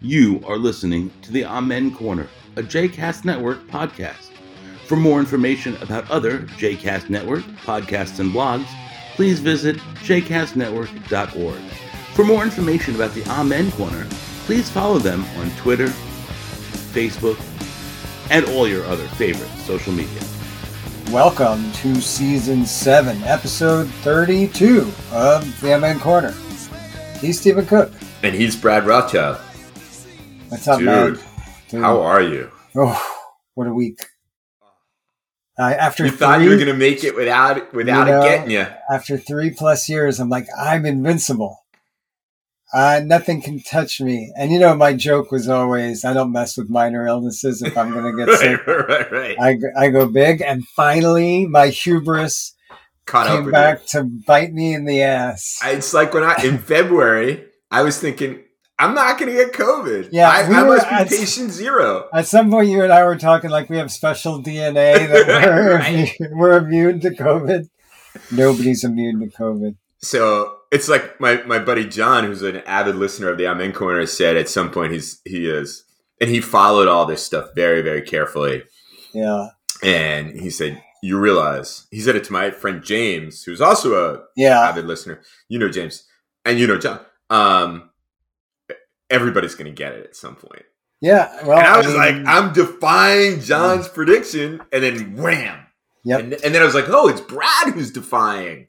You are listening to the Amen Corner, a JCast Network podcast. For more information about other JCast Network podcasts and blogs, please visit jcastnetwork.org. For more information about the Amen Corner, please follow them on Twitter, Facebook, and all your other favorite social media. Welcome to season 7, episode 32 of The MN Corner. He's Stephen Cook. And he's Brad Rothschild. That's not Dude, bad. Dude. How are you? Oh, what a week. Uh, after You three, thought you were going to make it without without You know, it getting you. after three plus years, I'm like, I'm invincible. Uh, nothing can touch me. And you know, my joke was always, I don't mess with minor illnesses if I'm going to get sick. Right, right, right, right. I, g- I go big. And finally, my hubris Caught up came with back you. to bite me in the ass. I- It's like when I in February, I was thinking I'm not going to get COVID. Yeah, I, we I were must be at- patient zero. At some point, you and I were talking like we have special DNA that we're, Right. we're immune to COVID. Nobody's immune to COVID. So it's like my, my buddy John, who's an avid listener of the Amen Corner, said at some point he's he is, and he followed all this stuff very very carefully. Yeah. And he said, "You realize," he said it to my friend James, who's also a Yeah. avid listener. You know James, and you know John. Um, everybody's gonna get it at some point. Oh, Yeah. Well, and I was like, mean, I'm defying John's prediction, and then wham. Yep. And, and then I was like, oh, it's Brad who's defying.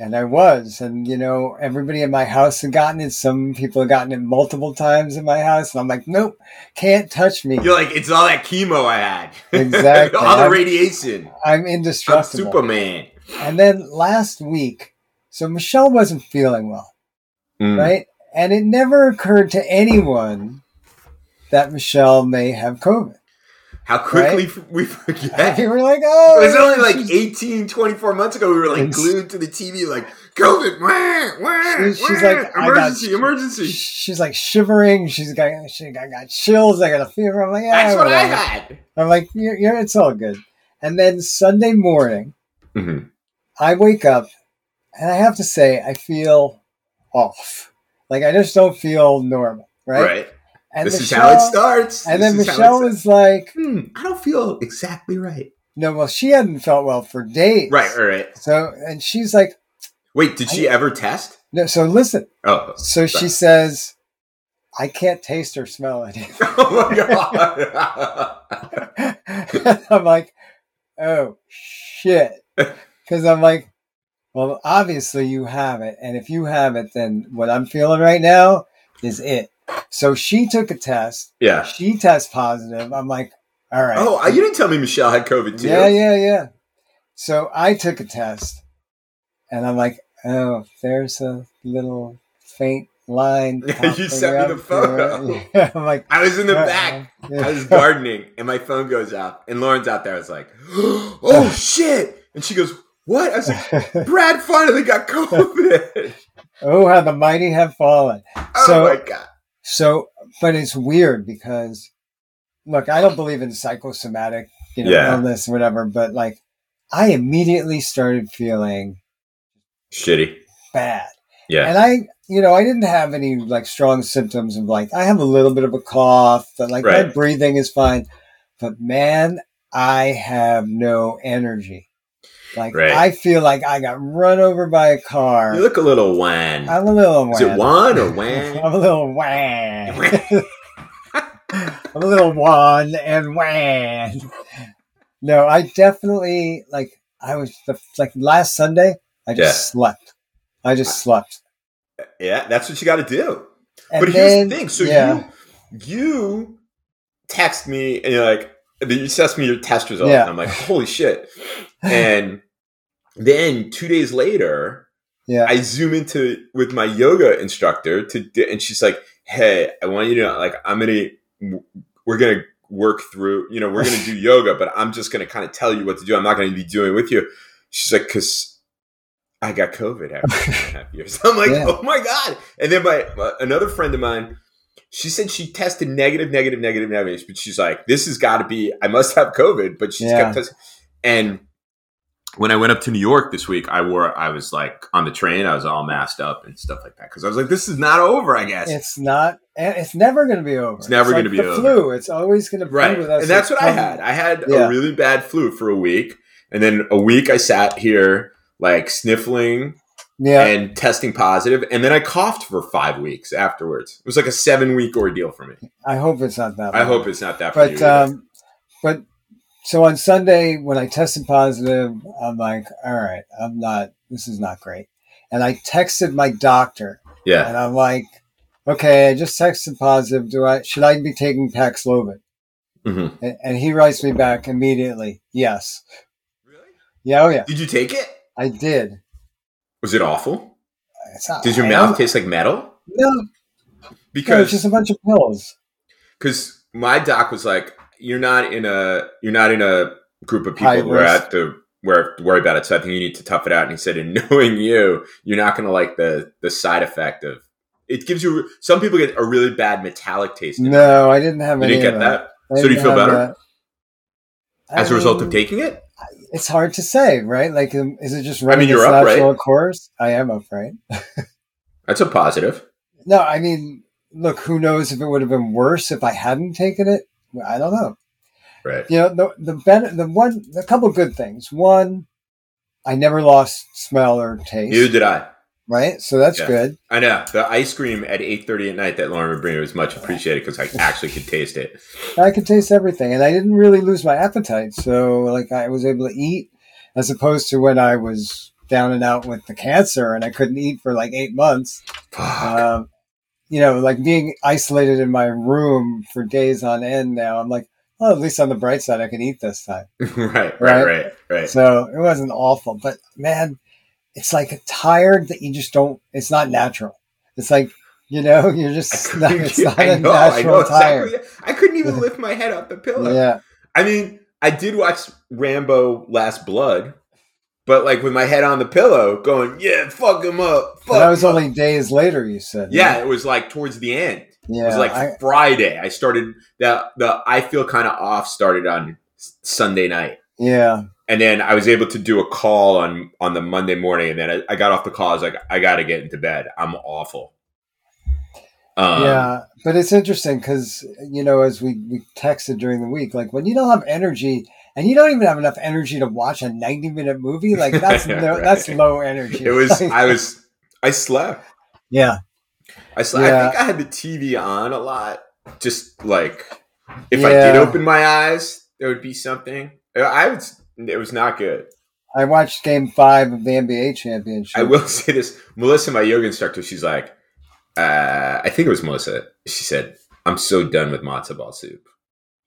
and I was. And, you know, everybody in my house had gotten it. Some people had gotten it multiple times in my house. And I'm like, nope, can't touch me. You're like, it's all that chemo I had. Exactly. all the I'm- radiation. I'm I'm indestructible. Superman. and then last week, so Michelle wasn't feeling well. Hmm. right? And it never occurred to anyone that Michelle may have COVID. How quickly f we forget. We It were like, oh, was only like she's- 18, 24 months ago. We were like It's- glued to the TV, like COVID. Wah, wah, She's- she's wah, like, I got- emergency, emergency. she's like shivering. She's got she got, got chills. I got a fever. I'm like, yeah, That's what I whatever." had. I'm like, you're, you're, it's all good. And then Sunday morning, Mm-hmm. I wake up, and I have to say, I feel off. Like I just don't feel normal, right? Right. And this is how it starts. And This then is how Michelle it was like, starts. Hmm, I don't feel exactly right. no, well, she hadn't felt well for days, Right, right, right. So, and she's like, Wait, did she ever test? no, so listen. Oh. So she says, I can't taste or smell anything. Oh my god. I'm like, oh shit. Because I'm like, well, obviously you have it. And if you have it, then what I'm feeling right now is it. So she took a test. yeah. She tests positive. I'm like, all right. Oh, you didn't tell me Michelle had COVID too. yeah, yeah, yeah. So I took a test and I'm like, oh, there's a little faint line. Yeah, you sent me the popping up photo. there. I'm like, I was in the Uh-uh. back. Yeah. I was gardening and my phone goes out. And Lauren's out there. I was like, oh shit. And she goes, what? I was like, Brad finally got COVID. oh, how the mighty have fallen. Oh So- my god. So, but it's weird because, look, I don't believe in psychosomatic, you know, Yeah. illness, whatever. But like, I immediately started feeling Shitty. bad, Yeah. and I, you know, I didn't have any like strong symptoms of like I have a little bit of a cough, but like my Right. breathing is fine. But man, I have no energy. Like Right. I feel like I got run over by a car. You look a little wan. I'm a little. Is it wet. wan or I'm wan? a little wah. Wan. I'm a little wan and wan. No, I definitely like. I was the, like last Sunday. I just slept. I just slept. yeah, that's what you got to do. And but here's then- the thing. So yeah, you you text me and you're like you text me your test results. Yeah. And I'm like, holy shit. And then two days later, yeah, I zoom into with my yoga instructor to do, and she's like, "Hey, I want you to like I'm gonna we're gonna work through you know we're gonna do yoga, but I'm just gonna kind of tell you what to do. I'm not gonna be doing it with you." She's like, "Cause I got COVID after two and a half years." I'm like, Yeah. "Oh my god!" And then my, my another friend of mine. She said she tested negative, negative, negative, negative, but she's like, "This has got to be. I must have COVID." But she's Yeah. kept testing, and when I went up to New York this week, I wore I was like on the train, I was all masked up and stuff like that because I was like, this is not over. I guess It's not. and It's never going to be over. It's never like gonna be the over. flu. It's always going to be right, with us. and that's It's what I coming. had. I had Yeah. a really bad flu for a week, and then a week I sat here like sniffling Yeah, and testing positive, and then I coughed for five weeks afterwards. It was like a seven week ordeal for me. I hope it's not that. I bad. hope it's not that. for But you either. um, but so on Sunday when I tested positive, I'm like, all right, I'm not. This is not great. And I texted my doctor, yeah, and I'm like, okay, I just texted positive. Do I should I be taking Paxlovid? Mhm. And, and he writes me back immediately. Yes. really? Yeah. Oh yeah. Did you take it? I did. Was it awful? It's not, Did your I mouth don't- taste like metal? No, no, it's Because just a bunch of pills. because my doc was like, "You're not in a you're not in a group of High people who are risk. at the where to worry about it." So I think you need to tough it out. And he said, "In knowing you, you're not going to like the the side effect of it. Gives you some people get a really bad metallic taste. in it. No, I didn't have you any. didn't get of that I So do you didn't feel have better that. I as a result mean, of taking it. It's hard to say, right? Like, um, is it just running mean, you're its upright. natural course? I am upright. That's a positive. No, I mean, look, who knows if it would have been worse if I hadn't taken it? I don't know. Right. You know, the the ben- the one, a couple good things. One, I never lost smell or taste, Neither did I. right? So that's Yeah. good. I know the ice cream at eight thirty at night that Lauren would bring was much appreciated because I actually could taste it. I could taste everything, and I didn't really lose my appetite. So, like, I was able to eat, as opposed to when I was down and out with the cancer, and I couldn't eat for like eight months. Um, you know, like being isolated in my room for days on end. Now, I'm like, well, at least on the bright side, I can eat this time. right, right, Right. right, right. So it wasn't awful, but man, it's like tired that you just don't. It's not natural. It's like you know, you're just not, it's not a natural tired. I couldn't even lift my head up the pillow. Yeah, I mean, I did watch Rambo Last Blood, but like with my head on the pillow, going, "Yeah, fuck him up, fuck." but that was him up." only days later. You said, yeah, it was like towards the end. yeah. It was like I, Friday. I started the the I feel kind of off started on S- Sunday night. yeah, and then I was able to do a call on on the Monday morning, and then I, I got off the call. I was like, I got to get into bed. I'm awful. Um, yeah. But it's interesting because you know, as we we texted during the week, like when you don't have energy. And you don't even have enough energy to watch a ninety-minute movie. Like that's no, Right. that's low energy. it was. I was. I slept. yeah, I slept. I Yeah. think I had the TV on a lot. Just like if I Yeah. did open my eyes, there would be something. Uh, I would. It was not good. I watched Game Five of the NBA championship. I will say this, Melissa, my yoga instructor. She's like, uh, I think it was Melissa. She said, "I'm so done with matzo ball soup."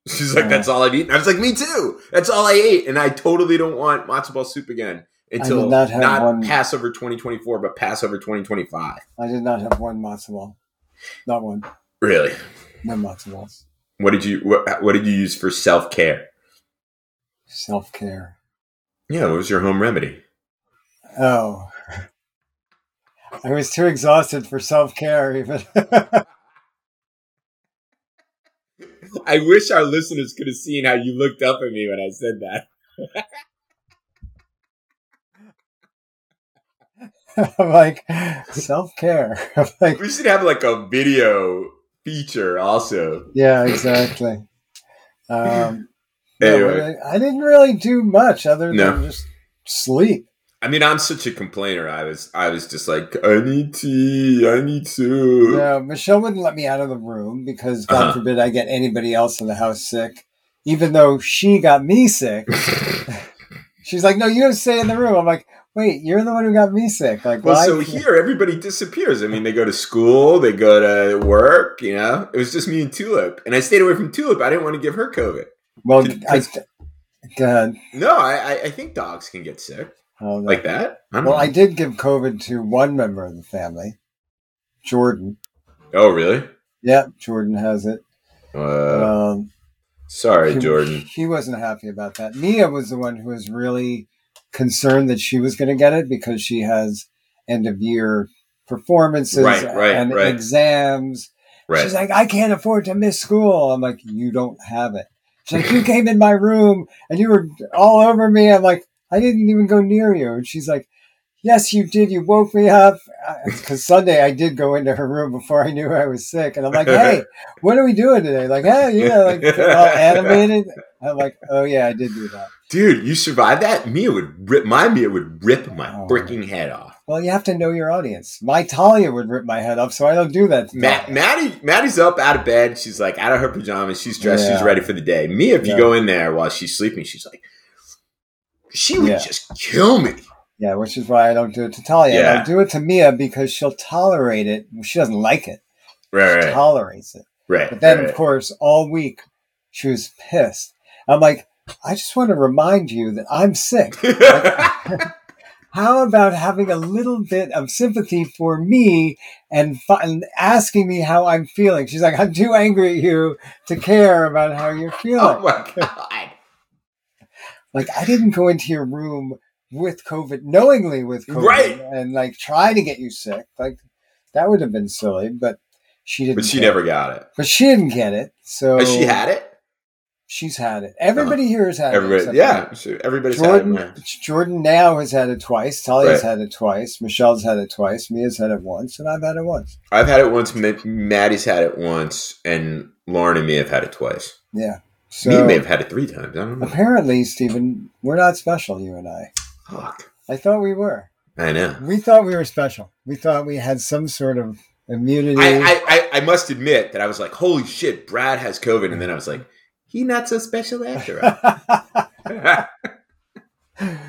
She's like, Yeah. "That's all I've eaten." I was like, "Me too. That's all I ate," and I totally don't want matzo ball soup again until did not, not have one- Passover 2024, but Passover 2025. I did not have one matzo ball. Not one. Really? No matzo balls. What did you what, what did you use for self care? Self care. Yeah, what was your home remedy? Oh. I was too exhausted for self care, even. I wish our listeners could have seen how you looked up at me when I said that. I'm like, self care. I'm like, We should have like a video feature also. yeah, exactly. Um, no, Anyway. but I, I didn't really do much other than No. just sleep. I mean, I'm such a complainer. I was, I was just like, I need tea. I need soup. No, Michelle wouldn't let me out of the room because, God Uh-huh. forbid, I get anybody else in the house sick, even though she got me sick. She's like, no, you don't stay in the room. I'm like, wait, you're the one who got me sick. Like, well, why? so here everybody disappears. I mean, they go to school, they go to work. You know, it was just me and Tulip, and I stayed away from Tulip. I didn't want to give her COVID. well, Can- I, can- God, No, I, I, I think dogs can get sick oh, no. like that. I don't well, I know. did give COVID to one member of the family, Jordan. oh, really? Yeah, Jordan has it. Uh, um, sorry, he- Jordan. He wasn't happy about that. Mia was the one who was really concerned that she was going to get it because she has end of year performances Right, right, and right. exams. Right. She's like, I can't afford to miss school. I'm like, you don't have it. She's like, you came in my room and you were all over me. I'm like, I didn't even go near you. And she's like, Yes, you did. You woke me up. Because Sunday I did go into her room before I knew I was sick. And I'm like, Hey, what are we doing today? Like, Hey, you know, like all animated. I'm like, Oh, yeah, I did do that. Dude, you survived that? Mia would rip my Mia would rip my Oh. freaking head off. Well, you have to know your audience. My Talia would rip my head off, so I don't do that. to Matt, Talia. Maddie, Maddie's up out of bed. She's like out of her pajamas. She's dressed. She's Yeah. ready for the day. Mia, if you Yeah. go in there while she's sleeping, she's like, she would Yeah. just kill me. Yeah, which is why I don't do it to Talia. And Yeah. I do it to Mia because she'll tolerate it. She doesn't like it. Right, She right, tolerates it. right. But then, right. of course, all week she was pissed. I'm like, I just want to remind you that I'm sick. How about having a little bit of sympathy for me and, fi- and asking me how I'm feeling? She's like, I'm too angry at you to care about how you're feeling. oh my god. like I didn't go into your room with COVID knowingly with COVID Right. and like try to get you sick. Like that would have been silly, but she didn't. But she get it. never got it. But she didn't get it. So Has she had it? She's had it. Everybody here has had it. except Everybody, me. yeah, sure. everybody's Jordan, had it. man. Jordan now has had it twice. Talia's Right. had it twice. Michelle's had it twice. Mia's had it once, and I've had it once. I've had it once. Ma- Maddie's had it once, and Lauren and me have had it twice. Yeah. me So may have had it three times. I don't know. apparently, Stephen, we're not special. You and I. Fuck. I thought we were. I know. We thought we were special. We thought we had some sort of immunity. I, I, I, I must admit that I was like, holy shit, Brad has COVID. And then I was like, he not so special after all.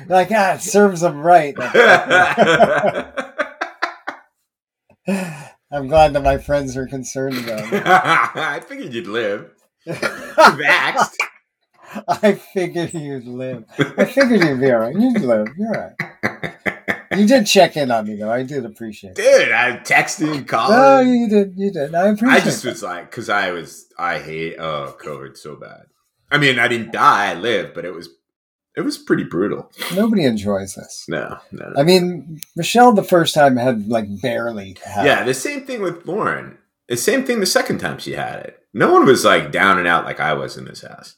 like ah, it serves them right. I'm glad that my friends are concerned about it. I figured you'd live. Vaxxed. I figured you'd live. I figured you'd be all right. You'd live. You're all right. You did check in on me though. I did appreciate it. Dude, I'm texting, calling. No, you did. Oh, You did. I I appreciate just it. was like, because I was, I hate, oh, COVID so bad. I mean, I didn't die, I lived, but it was, it was pretty brutal. Nobody enjoys this. No, no, no. I mean, Michelle the first time had like barely. Had yeah, the same thing with Lauren. The same thing the second time she had it. No one was like down and out like I was in this house.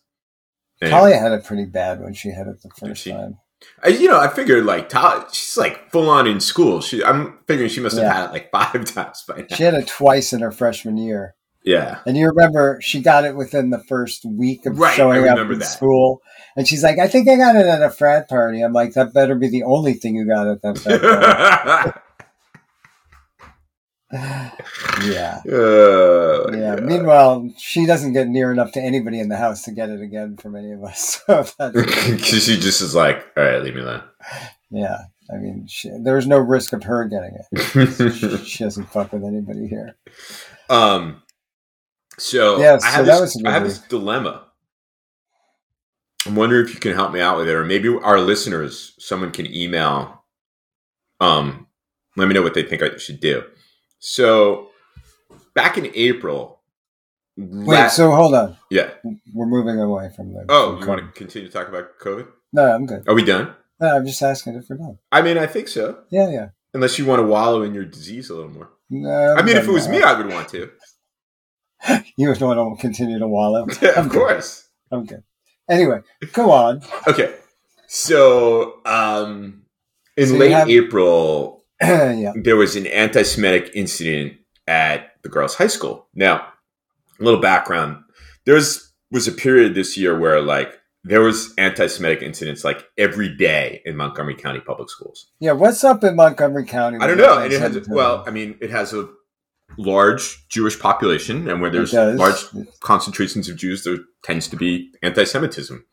And, Talia had it pretty bad when she had it the first she? time. I- you know, I figured like Tal, she's like full on in school. She, I'm figuring she must have Yeah. had it like five times by now. She had it twice in her freshman year. Yeah, And you remember she got it within the first week of Right, I showing up remember in that. school. And she's like, I think I got it at a frat party. I'm like, that better be the only thing you got at that frat party. yeah. Oh, Yeah. Meanwhile, she doesn't get near enough to anybody in the house to get it again from any of us. So that's, 'Cause she just is like, all right, leave me alone. yeah. I mean, she, there's no risk of her getting it. She, she doesn't fuck with anybody here. um, so Yeah, I so have, that this, was a I have good this dilemma. I'm wondering if you can help me out with it, or maybe our listeners, someone can email. Um, let me know what they think I should do. So, back in April, Wait, so hold on. yeah. We're moving away from the. Oh, from you want to COVID. continue to talk about COVID? No, I'm good. Are we done? No, I'm just asking if we're done. I mean, I think so. Yeah, yeah. Unless you want to wallow in your disease a little more. No, I I'm mean, done if it was now. me, I would want to. You would want to continue to wallow. of course. I'm good. Anyway, go on. Okay. So, um, in So you late have- April, yeah. there was an anti Semitic incident at the girls' high school. Now, a little background there was, was a period this year where, like, there was anti Semitic incidents like every day in Montgomery County Public Schools. Yeah, what's up in Montgomery County? I don't know. And it has, well, I mean, it has a large Jewish population, and where there's large concentrations of Jews, there tends to be anti Semitism.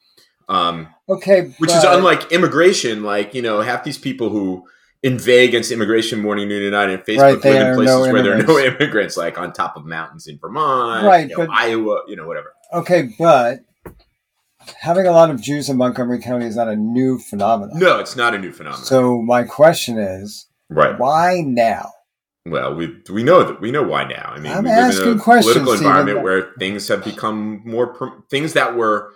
Um, Okay. which is but- unlike immigration. Like you know, half these people who inveigh against immigration morning, noon, and night, and Facebook Right, they live in are places no where there are no immigrants, like on top of mountains in Vermont, Right, you know, but- Iowa, you know, whatever. Okay, but having a lot of Jews in Montgomery County is not a new phenomenon. No, it's not a new phenomenon. So my question is, right. why now? Well, we we know that we know why now. I mean, I'm we live asking in a questions, political Stephen. environment where things have become more per- things that were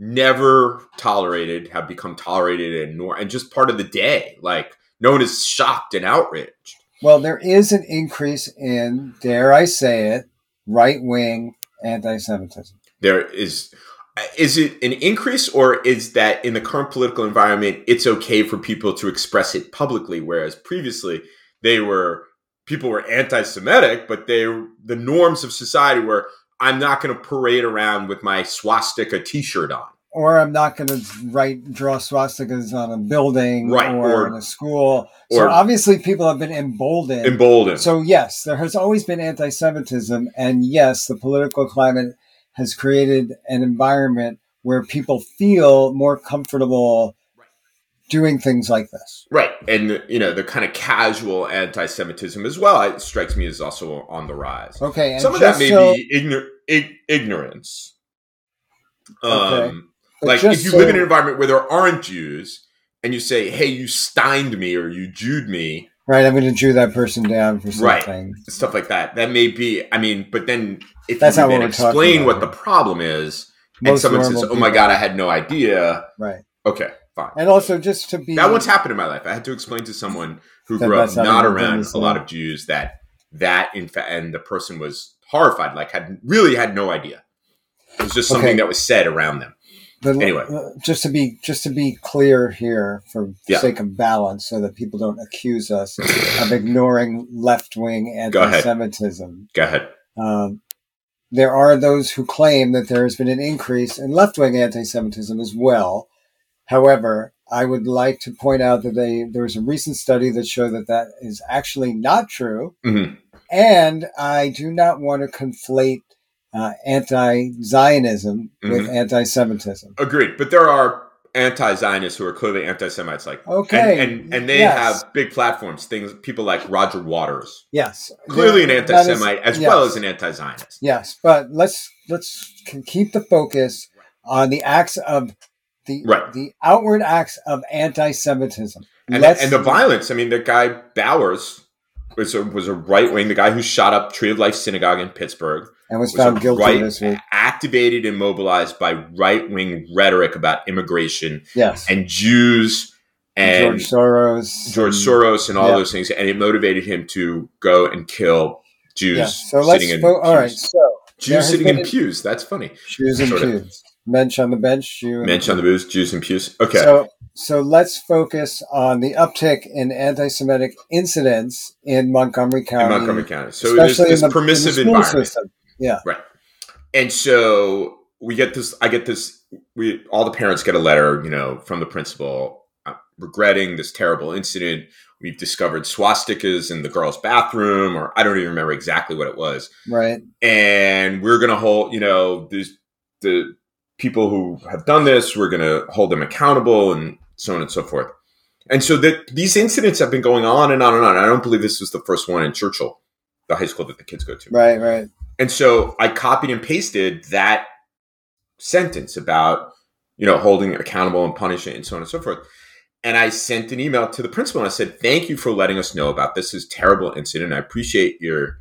never tolerated have become tolerated and nor and just part of the day. Like no one is shocked and outraged. Well, there is an increase in, dare I say it, right wing anti Semitism. there is is it an increase or is that in the current political environment it's okay for people to express it publicly whereas previously they were people were anti-semitic but they the norms of society were i'm not going to parade around with my swastika t-shirt on or I'm not going to write draw swastikas on a building Right, or, or- on a school. so or- obviously, people have been emboldened. emboldened So yes, there has always been anti-Semitism, and yes, the political climate has created an environment where people feel more comfortable doing things like this. right and you know the kind of casual anti-semitism as well it strikes me is also on the rise Okay, and some of that just may so- be ignor- ig- ignorance um Okay. but like just if you so- live in an environment where there aren't Jews and you say, "Hey, you steined me or you Jewed me," right, I'm going to Jew that person down for Right. something. stuff like that, that may be. I mean, but then if That's you not what then we're talking explain about. what the problem is, and Most someone normal says, "Oh my people- God, I had no idea." right? Okay, fine. And also, just to be That once happened in my life. I had to explain to someone who That grew up that's not not even a around business a lot law. of Jews that that in fact, and the person was horrified, like had really had no idea. It was just something Okay. that was said around them. But l- Anyway. l- just to be just to be clear here, for the Yeah. sake of balance, so that people don't accuse us of ignoring left wing Go ahead. anti-Semitism. Go ahead. Um, there are those who claim that there has been an increase in left-wing anti-Semitism as well. However, I would like to point out that they, there was a recent study that showed that that is actually not true, Mhm. and I do not want to conflate uh, anti-Zionism with Mm-hmm. anti-Semitism. Agreed, but there are anti-Zionists who are clearly anti-Semites, like Okay, and and, and they yes. have big platforms. Things people like Roger Waters, Yes, clearly an There- that is- anti-Semite as well yes. as an anti-Zionist. Yes, but let's let's c- keep the focus on the acts of the Right. the outward acts of anti-Semitism. And, Let's- and the violence. I mean, the guy Bowers was a, was a right wing. The guy who shot up Tree of Life Synagogue in Pittsburgh and was was a found guilty right- this week. activated and mobilized by right wing rhetoric about immigration Yes, and Jews and George Soros. George Soros and all Yeah. those things, and it motivated him to go and kill Jews Yeah. So let's sitting in fo- all pews. right. So There Jews has sitting been in a- pews. That's funny. shoes and Sort of. shoes. Mensch on the bench. Shoe. and- Mensch on the booze, Jews in pews. Okay, So so let's focus on the uptick in anti-Semitic incidents in Montgomery County, in Montgomery County. So there's um, especially in this the- in the permissive school environment, system. and so we get this. I get this. We all the parents get a letter, you know, from the principal uh, regretting this terrible incident. We've discovered swastikas in the girls' bathroom, or I don't even remember exactly what it was. Right. and we're gonna hold you know these the people who have done this we're gonna hold them accountable and so on and so forth and so that these incidents have been going on and on and on i don't believe this was the first one in churchill the high school that the kids go to Right. Right. and so i copied and pasted that sentence about you know holding accountable and punishing and so on and so forth and i sent an email to the principal and i said thank you for letting us know about this this terrible incident i appreciate your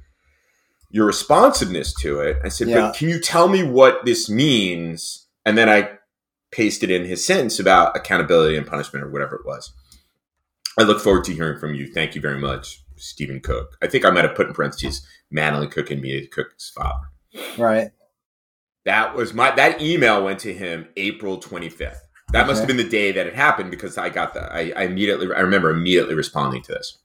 your responsiveness to it i said Yeah. but can you tell me what this means and then i pasted in his sentence about accountability and punishment or whatever it was i look forward to hearing from you thank you very much stephen cook i think i might have put in parentheses madeline cook and mia cook's father Right. that was my that email went to him April 25th. That must have been the day that it happened because I got the I, I immediately I remember immediately responding to this.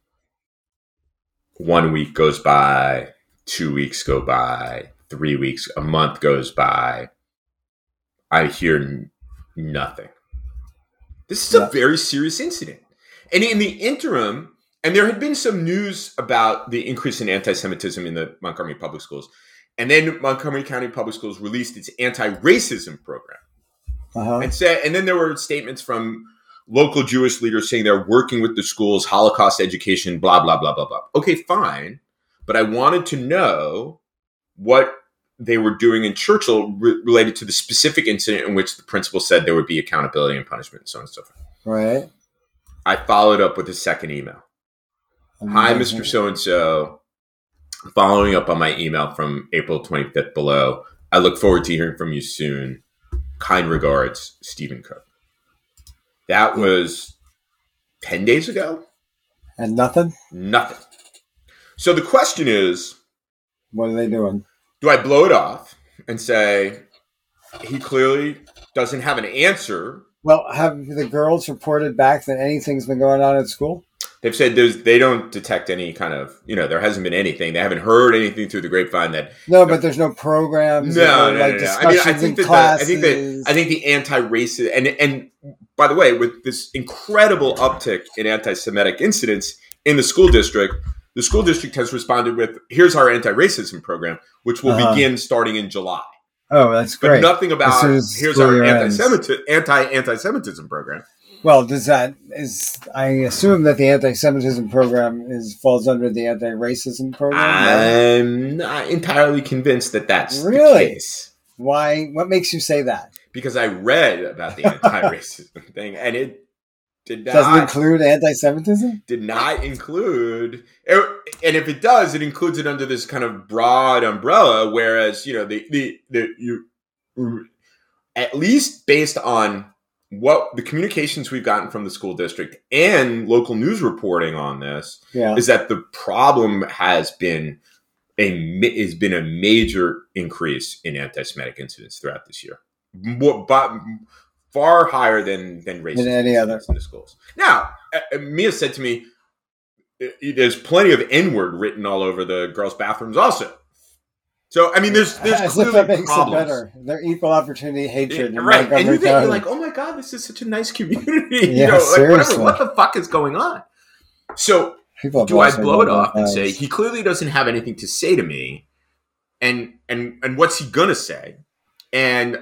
One week goes by, two weeks go by, three weeks, a month goes by. I hear n- nothing. This is Yeah. a very serious incident. And in the interim, and there had been some news about the increase in anti-Semitism in the Montgomery public schools. And then Montgomery County Public Schools released its anti-racism program, Uh-huh. and said, and then there were statements from local Jewish leaders saying they're working with the schools, Holocaust education, blah blah blah blah blah. Okay, fine, but I wanted to know what they were doing in Churchill re- related to the specific incident in which the principal said there would be accountability and punishment, and so on and so forth. Right. I followed up with a second email. Hi, Mm-hmm. Mr. So and so. Following up on my email from April 25th below, I look forward to hearing from you soon. Kind regards, Stephen Cook. That was 10 days ago? And nothing. Nothing. So the question is What are they doing? do I blow it off and say he clearly doesn't have an answer. Well, have the girls reported back that anything's been going on at school? They've said there's, they don't detect any kind of, you know, there hasn't been anything. They haven't heard anything through the grapevine that No, but there's no programs. No, or, no, like no, no. I mean, discussions I think in that the, I classes. think that I think the anti-racist and and by the way, with this incredible uptick in anti-Semitic incidents in the school district, the school district has responded with, "Here's our anti-racism program, which will Uh-huh. begin starting in July." oh, that's But great. nothing As about soon as here's school our year ends. anti-Semitic anti-anti-Semitism program. Well, does that is I assume that the anti-Semitism program is falls under the anti-racism program? right? I'm not entirely convinced that that's Really? the case. Why? What makes you say that? Because I read about the anti-racism thing, and it did not Doesn't include anti-Semitism? did not include er, and if it does it includes it under this kind of broad umbrella whereas you know the the, the you at least based on what the communications we've gotten from the school district and local news reporting on this Yeah. is that the problem has been a ma- has been a major increase in anti-Semitic incidents throughout this year, more, but far higher than than racist Than any other. incidents in the schools. Now, uh, uh, Mia said to me, uh, "There's plenty of N-word written all over the girls' bathrooms, also." So, I mean, there's there's As if that clearly makes problems. it better. They're equal opportunity hatred. Yeah, in right, and Montgomery you think you're County. like, oh my god, this is such a nice community. Yeah, you know, like whatever, seriously. what the fuck is going on? So People have do I lost their blow it mind off and say sometimes. he clearly doesn't have anything to say to me, and and and what's he gonna say, and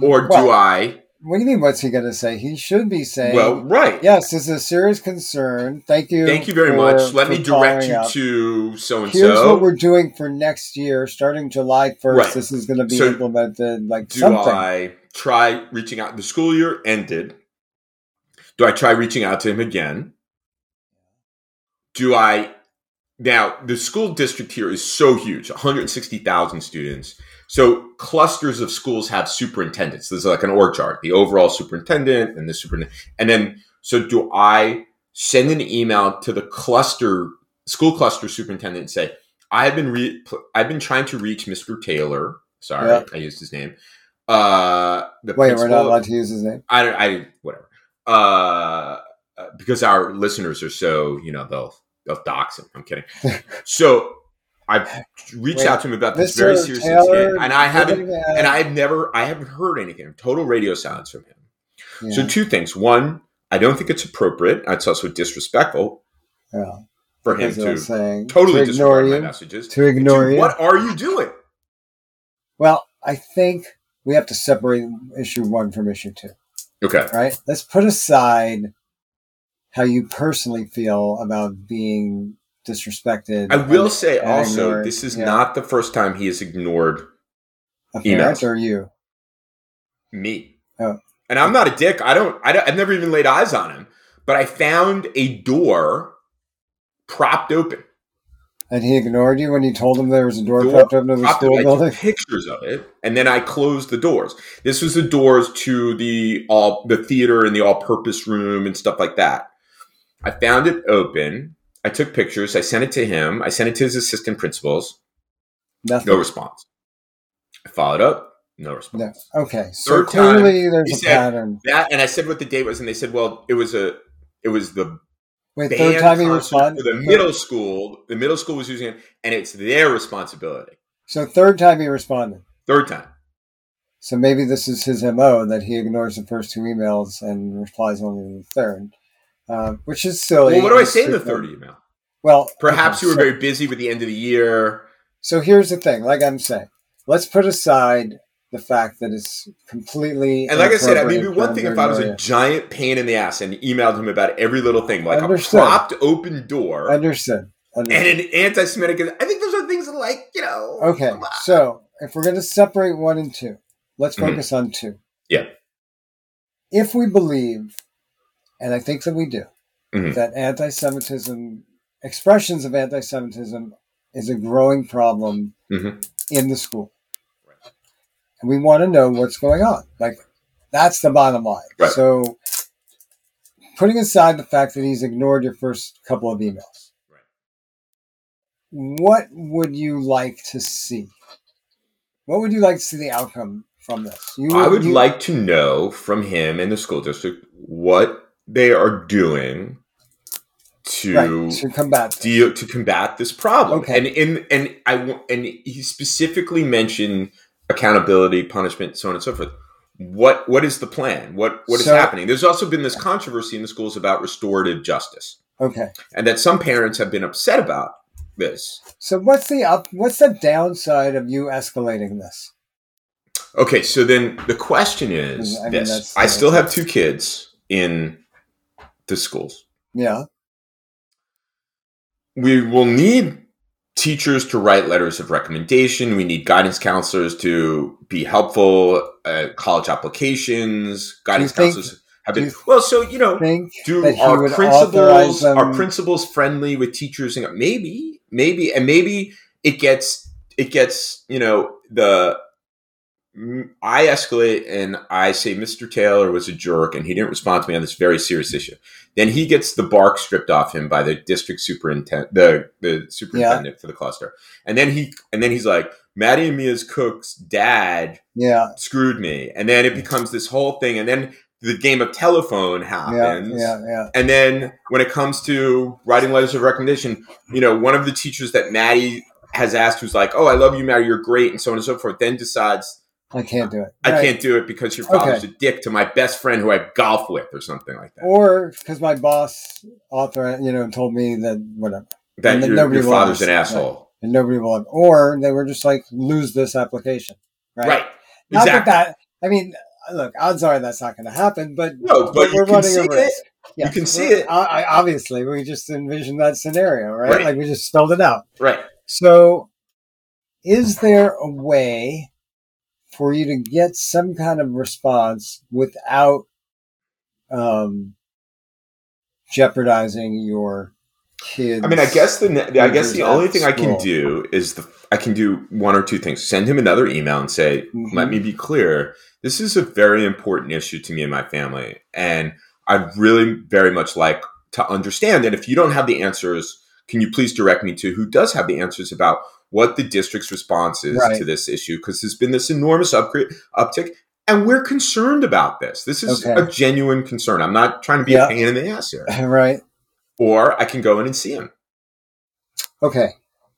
or Well, do I? What do you mean? What's he going to say? He should be saying, Well, right. "Yes, this is a serious concern. Thank you. Thank you very for- much. Let for me direct following you up. to so and Here's what so. we're doing for next year, starting July first. Right. This is going to be So implemented. Like Do something. I try reaching out? The school year ended. Do I try reaching out to him again? Do I? Now the school district here is so huge, 160,000 students. So clusters of schools have superintendents. This is like an org chart, the overall superintendent and the superintendent. And then, so do I send an email to the cluster school cluster superintendent and say, I have been re- pl- I've been trying to reach Mr. Taylor. Sorry, Yeah. I used his name. Uh, the Wait, we're not principal- allowed to use his name. I don't, I whatever. Uh, uh, because our listeners are so you know they'll they'll dox him. I'm kidding. so I reached Wait, out to him about this very serious incident, and I haven't and I've never I haven't heard anything. Total radio silence from him. yeah, So two things. One, I don't think it's appropriate. It's also disrespectful yeah, for him that's what I'm to saying. totally to ignore disregard my you. messages. To And ignore two, you. what are you doing? Well, I think we have to separate issue one from issue two. Okay. right? Let's put aside how you personally feel about being disrespected. I will and say and also, ignored, this is yeah. not the first time he has ignored a parent emails. or you. me. Oh. And I'm not a dick. I don't, I don't. I've never even laid eyes on him. But I found a door propped open. And he ignored you when you told him there was a door, Door propped open to the I school took building. pictures of it, and then I closed the doors. This was the doors to the all the theater and the all-purpose room and stuff like that. I found it open. I took pictures. I sent it to him. I sent it to his assistant principals. Nothing. No response. I followed up. No response. No. Okay. So Third time, clearly there's he a said- pattern. That and I said what the date was, and they said, "Well, it was a, it was the Wait, band third time he concert responded. for the middle school. The middle school was using it, and it's their responsibility. So third time he responded. Third time, So maybe this is his MO that he ignores the first two emails and replies only to the third, uh, which is silly. well, what do I It's say in the stupid. third email? Well, Perhaps okay, you were so- very busy with the end of the year. So here's the thing, like I'm saying, let's put aside the fact that it's completely And like I said, I mean, it'd be inappropriate one thing if I was a for giant pain in the ass and emailed him about every little thing, like Understood. a propped open door Noreen. understood. and understood. an anti-Semitic. I think those are things that, like you know. Okay, come on. so if we're going to separate one and two, let's Mhm. focus on two. Yeah. If we believe, and I think that we do, Mhm. that anti-Semitism expressions of anti-Semitism is a growing problem Mhm. in the school, and we want to know what's going on. Like that's the bottom line. Right. So, putting aside the fact that he's ignored your first couple of emails, Right. what would you like to see? What would you like to see the outcome from this? You, I would you- like to know from him and the school district what they are doing to right, to combat. this. deal to combat this problem. Okay. And in and I w- and he specifically mentioned accountability, punishment, so on and so forth. What what is the plan? What what is So- happening? There's also been this controversy in the schools about restorative justice, Okay. and that some parents have been upset about this. So what's the up? What's the downside of you escalating this? Okay, so then the question is I mean, this: that's- I still have two kids in the schools. Yeah. we will need teachers to write letters of recommendation. We need guidance counselors to be helpful at college applications. Guidance think- counselors have do been you well. So you know, Think. do that he our would authorize principals them- are principals friendly with teachers? And maybe, maybe, and maybe it gets it gets you know the. mm, I escalate and I say Mr. Taylor was a jerk and he didn't respond to me on this very serious issue. Then he gets the bark stripped off him by the district superintendent, the, the superintendent for the cluster. And then he and then he's like, Maddie and Mia's cook's dad Yeah. screwed me. And then it becomes this whole thing. And then the game of telephone Yeah. happens. Yeah. Yeah. And then when it comes to writing letters of recommendation, you know, one of the teachers that Maddie has asked, who's like, "Oh, I love you, Maddie. You're great," and so on and so forth, then decides, I can't do it. "I Right. can't do it because your father's a dick to my best friend who I golf with," or something like that. Or because my boss author, you know, told me that whatever, that and then your, nobody your will father's an understand. asshole, and nobody will. Or they were just like, lose this application. Right. right? Not Exactly. that that. I mean, look, odds are that's not going to happen. But no, but you can see it. Yes, can see we're- it. I, I- obviously, we just envisioned that scenario, right? Right. Like we just spelled it out. Right. So, is there a way for you to get some kind of response without um, jeopardizing your kids? I mean, I guess the ne- I guess Users the at only thing I can school. do is the I can do one or two things. Send him another email and say, Mhm. "Let me be clear. This is a very important issue to me and my family, and I'd really very much like to understand that if you don't have the answers, can you please direct me to who does have the answers about what the district's response is Right. to this issue? Because there's been this enormous upgrade, uptick, and we're concerned about this. This is Okay. a genuine concern. I'm not trying to be Yeah. a pain in the ass here. right. Or I can go in and see him. Okay,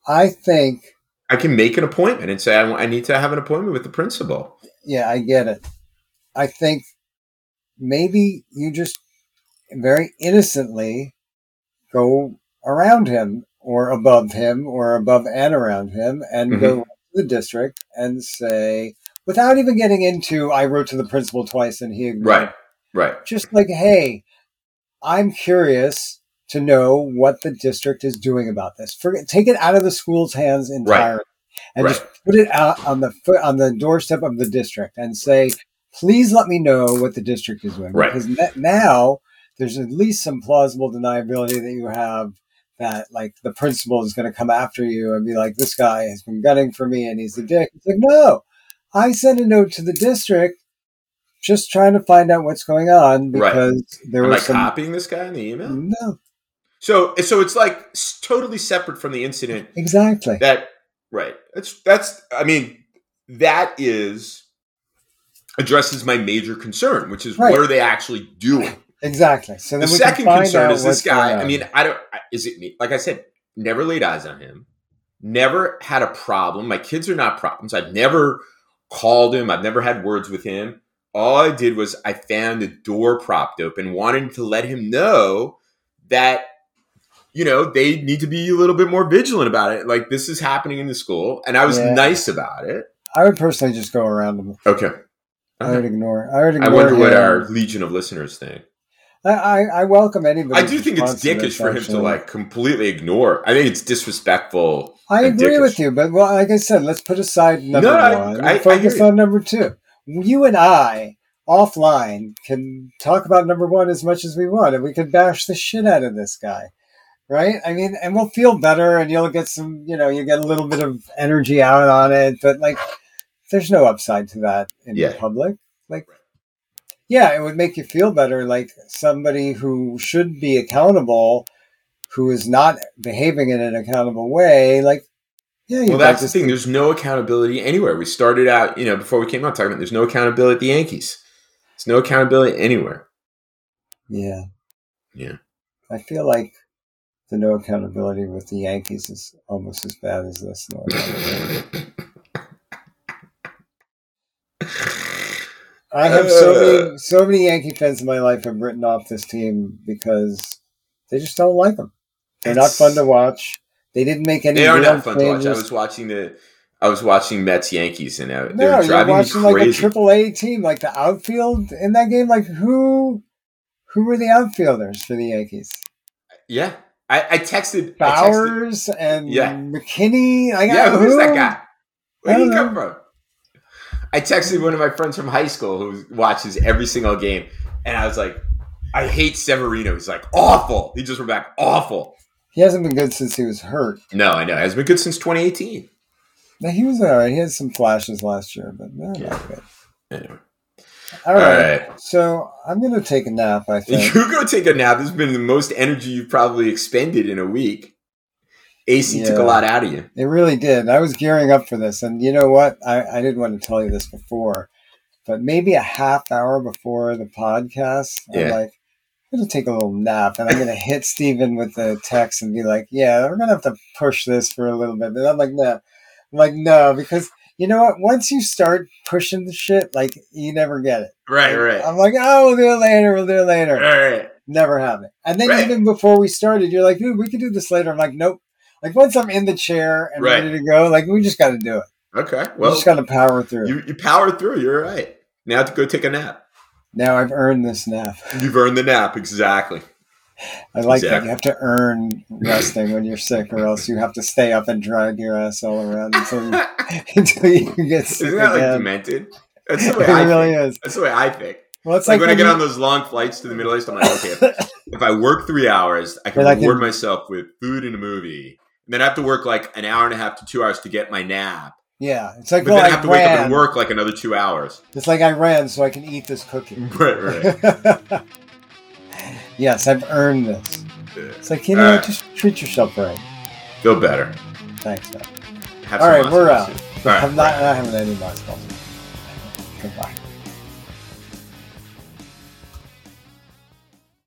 I think I can make an appointment and say I, I need to have an appointment with the principal. Yeah, I get it. I think maybe you just very innocently go around him or above him or above and around him and go to the district and say, without even getting into, I wrote to the principal twice and he ignored Right, right, just like, hey, I'm curious to know what the district is doing about this. Forget, take it out of the school's hands entirely, and Right. just put it out on the foot on the doorstep of the district and say, please let me know what the district is doing. Right. Because ne- now there's at least some plausible deniability that you have that like the principal is going to come after you and be like, this guy has been gunning for me and he's a dick. It's like, no, I sent a note to the district just trying to find out what's going on Right. because there Am I was some. copying this guy in the email? No, So, so it's like s- totally separate from the incident. exactly. That right. That's that's. I mean, that is addresses my major concern, which is Right. what are they actually doing? Exactly. So then The we second can find concern out is this what's guy. going I on. mean, I don't. I- Is it me? Like I said, never laid eyes on him. Never had a problem. My kids are not problems. I've never called him. I've never had words with him. All I did was I found a door propped open, wanted to let him know that you know they need to be a little bit more vigilant about it. Like this is happening in the school, and I was Yeah. nice about it. I would personally just go around him. Okay. I would ignore. I would ignore. I wonder what him. our legion of listeners think. I, I, I welcome anybody. I do think it's dickish for him to like completely ignore. I think it's disrespectful. I and agree dickish. with you, but well, like I said, let's put aside number No, I- one. I- I and focus hear you. on number two. You and I offline can talk about number one as much as we want, and we can bash the shit out of this guy, right? I mean, and we'll feel better, and you'll get some, you know, you get a little bit of energy out on it, but like, there's no upside to that in Yeah. public. Like, yeah, it would make you feel better, like somebody who should be accountable who is not behaving in an accountable way, like Yeah, you Well, that's the practice- thing. There's no accountability anywhere. We started out, you know, before we came out talking about there's no accountability at the Yankees. There's no accountability anywhere. Yeah. Yeah. I feel like the no accountability with the Yankees is almost as bad as this. No accountability. I have so many, so many Yankee fans in my life have written off this team because they just don't like them. They're not It's- fun to watch. They didn't make any. They are real not fun to watch. I changes. was watching the I was watching Mets Yankees and I, they No, were you're driving watching me like a crazy. triple A team, like the outfield in that game. Like who, who were the outfielders for the Yankees? yeah, I, I texted I texted- Bowers and Yeah. McKinney. I got, yeah, who's who? that guy? Where I did he don't come from? I texted one of my friends from high school who watches every single game, and I was like, "I hate Severino. He's like awful." He just went back awful. He hasn't been good since he was hurt. No, I know. It has been good since 2018. Now he was all right. He had some flashes last year, but no, Yeah. not good. Anyway. All All right. right. So I'm gonna take a nap. I You think. go take a nap. This has been the most energy you've probably expended in a week. AC took Yeah. a lot out of you. It really did. I was gearing up for this, and you know what? I, I didn't want to tell you this before, but maybe a half hour before the podcast, I'm Yeah. like, I'm gonna take a little nap, and I'm gonna hit Steven with the text and be like, "Yeah, we're gonna have to push this for a little bit." But I'm like, "No," I'm like, "No," because you know what? Once you start pushing the shit, like you never get it. Right, right. I'm like, "Oh, we'll do it later. We'll do it later." All right. never have it. And then Right. even before we started, you're like, dude, we can do this later. I'm like, nope. Like once I'm in the chair and Right. ready to go, like we just got to do it. Okay. we Well, just got to power through. you, you powered through. You're all right. Now to go take a nap. now I've earned this nap. You've earned the nap. Exactly. I like that Exactly. you have to earn resting when you're sick, or else you have to stay up and drag your ass all around until you, until you get sick Isn't that like again. demented? That's the way I it really think. is. That's the way I think. Well, it's Like, like, when I when get you- on those long flights to the Middle East, I'm like, okay, if- if I work three hours, I can But I can- reward myself with food and a movie. And then I have to work like an hour and a half to two hours to get my nap. yeah, it's like But well, then I I, have to wake up ran. and work like another two hours. It's like I ran so I can eat this cookie. Right, right. yes, I've earned this. Yeah. It's like you know, Alright. just treat yourself right. Feel better. Thanks. Man. Have All some right, we're out. muscles. All right, I'm we're not, out. I haven't any more. Goodbye.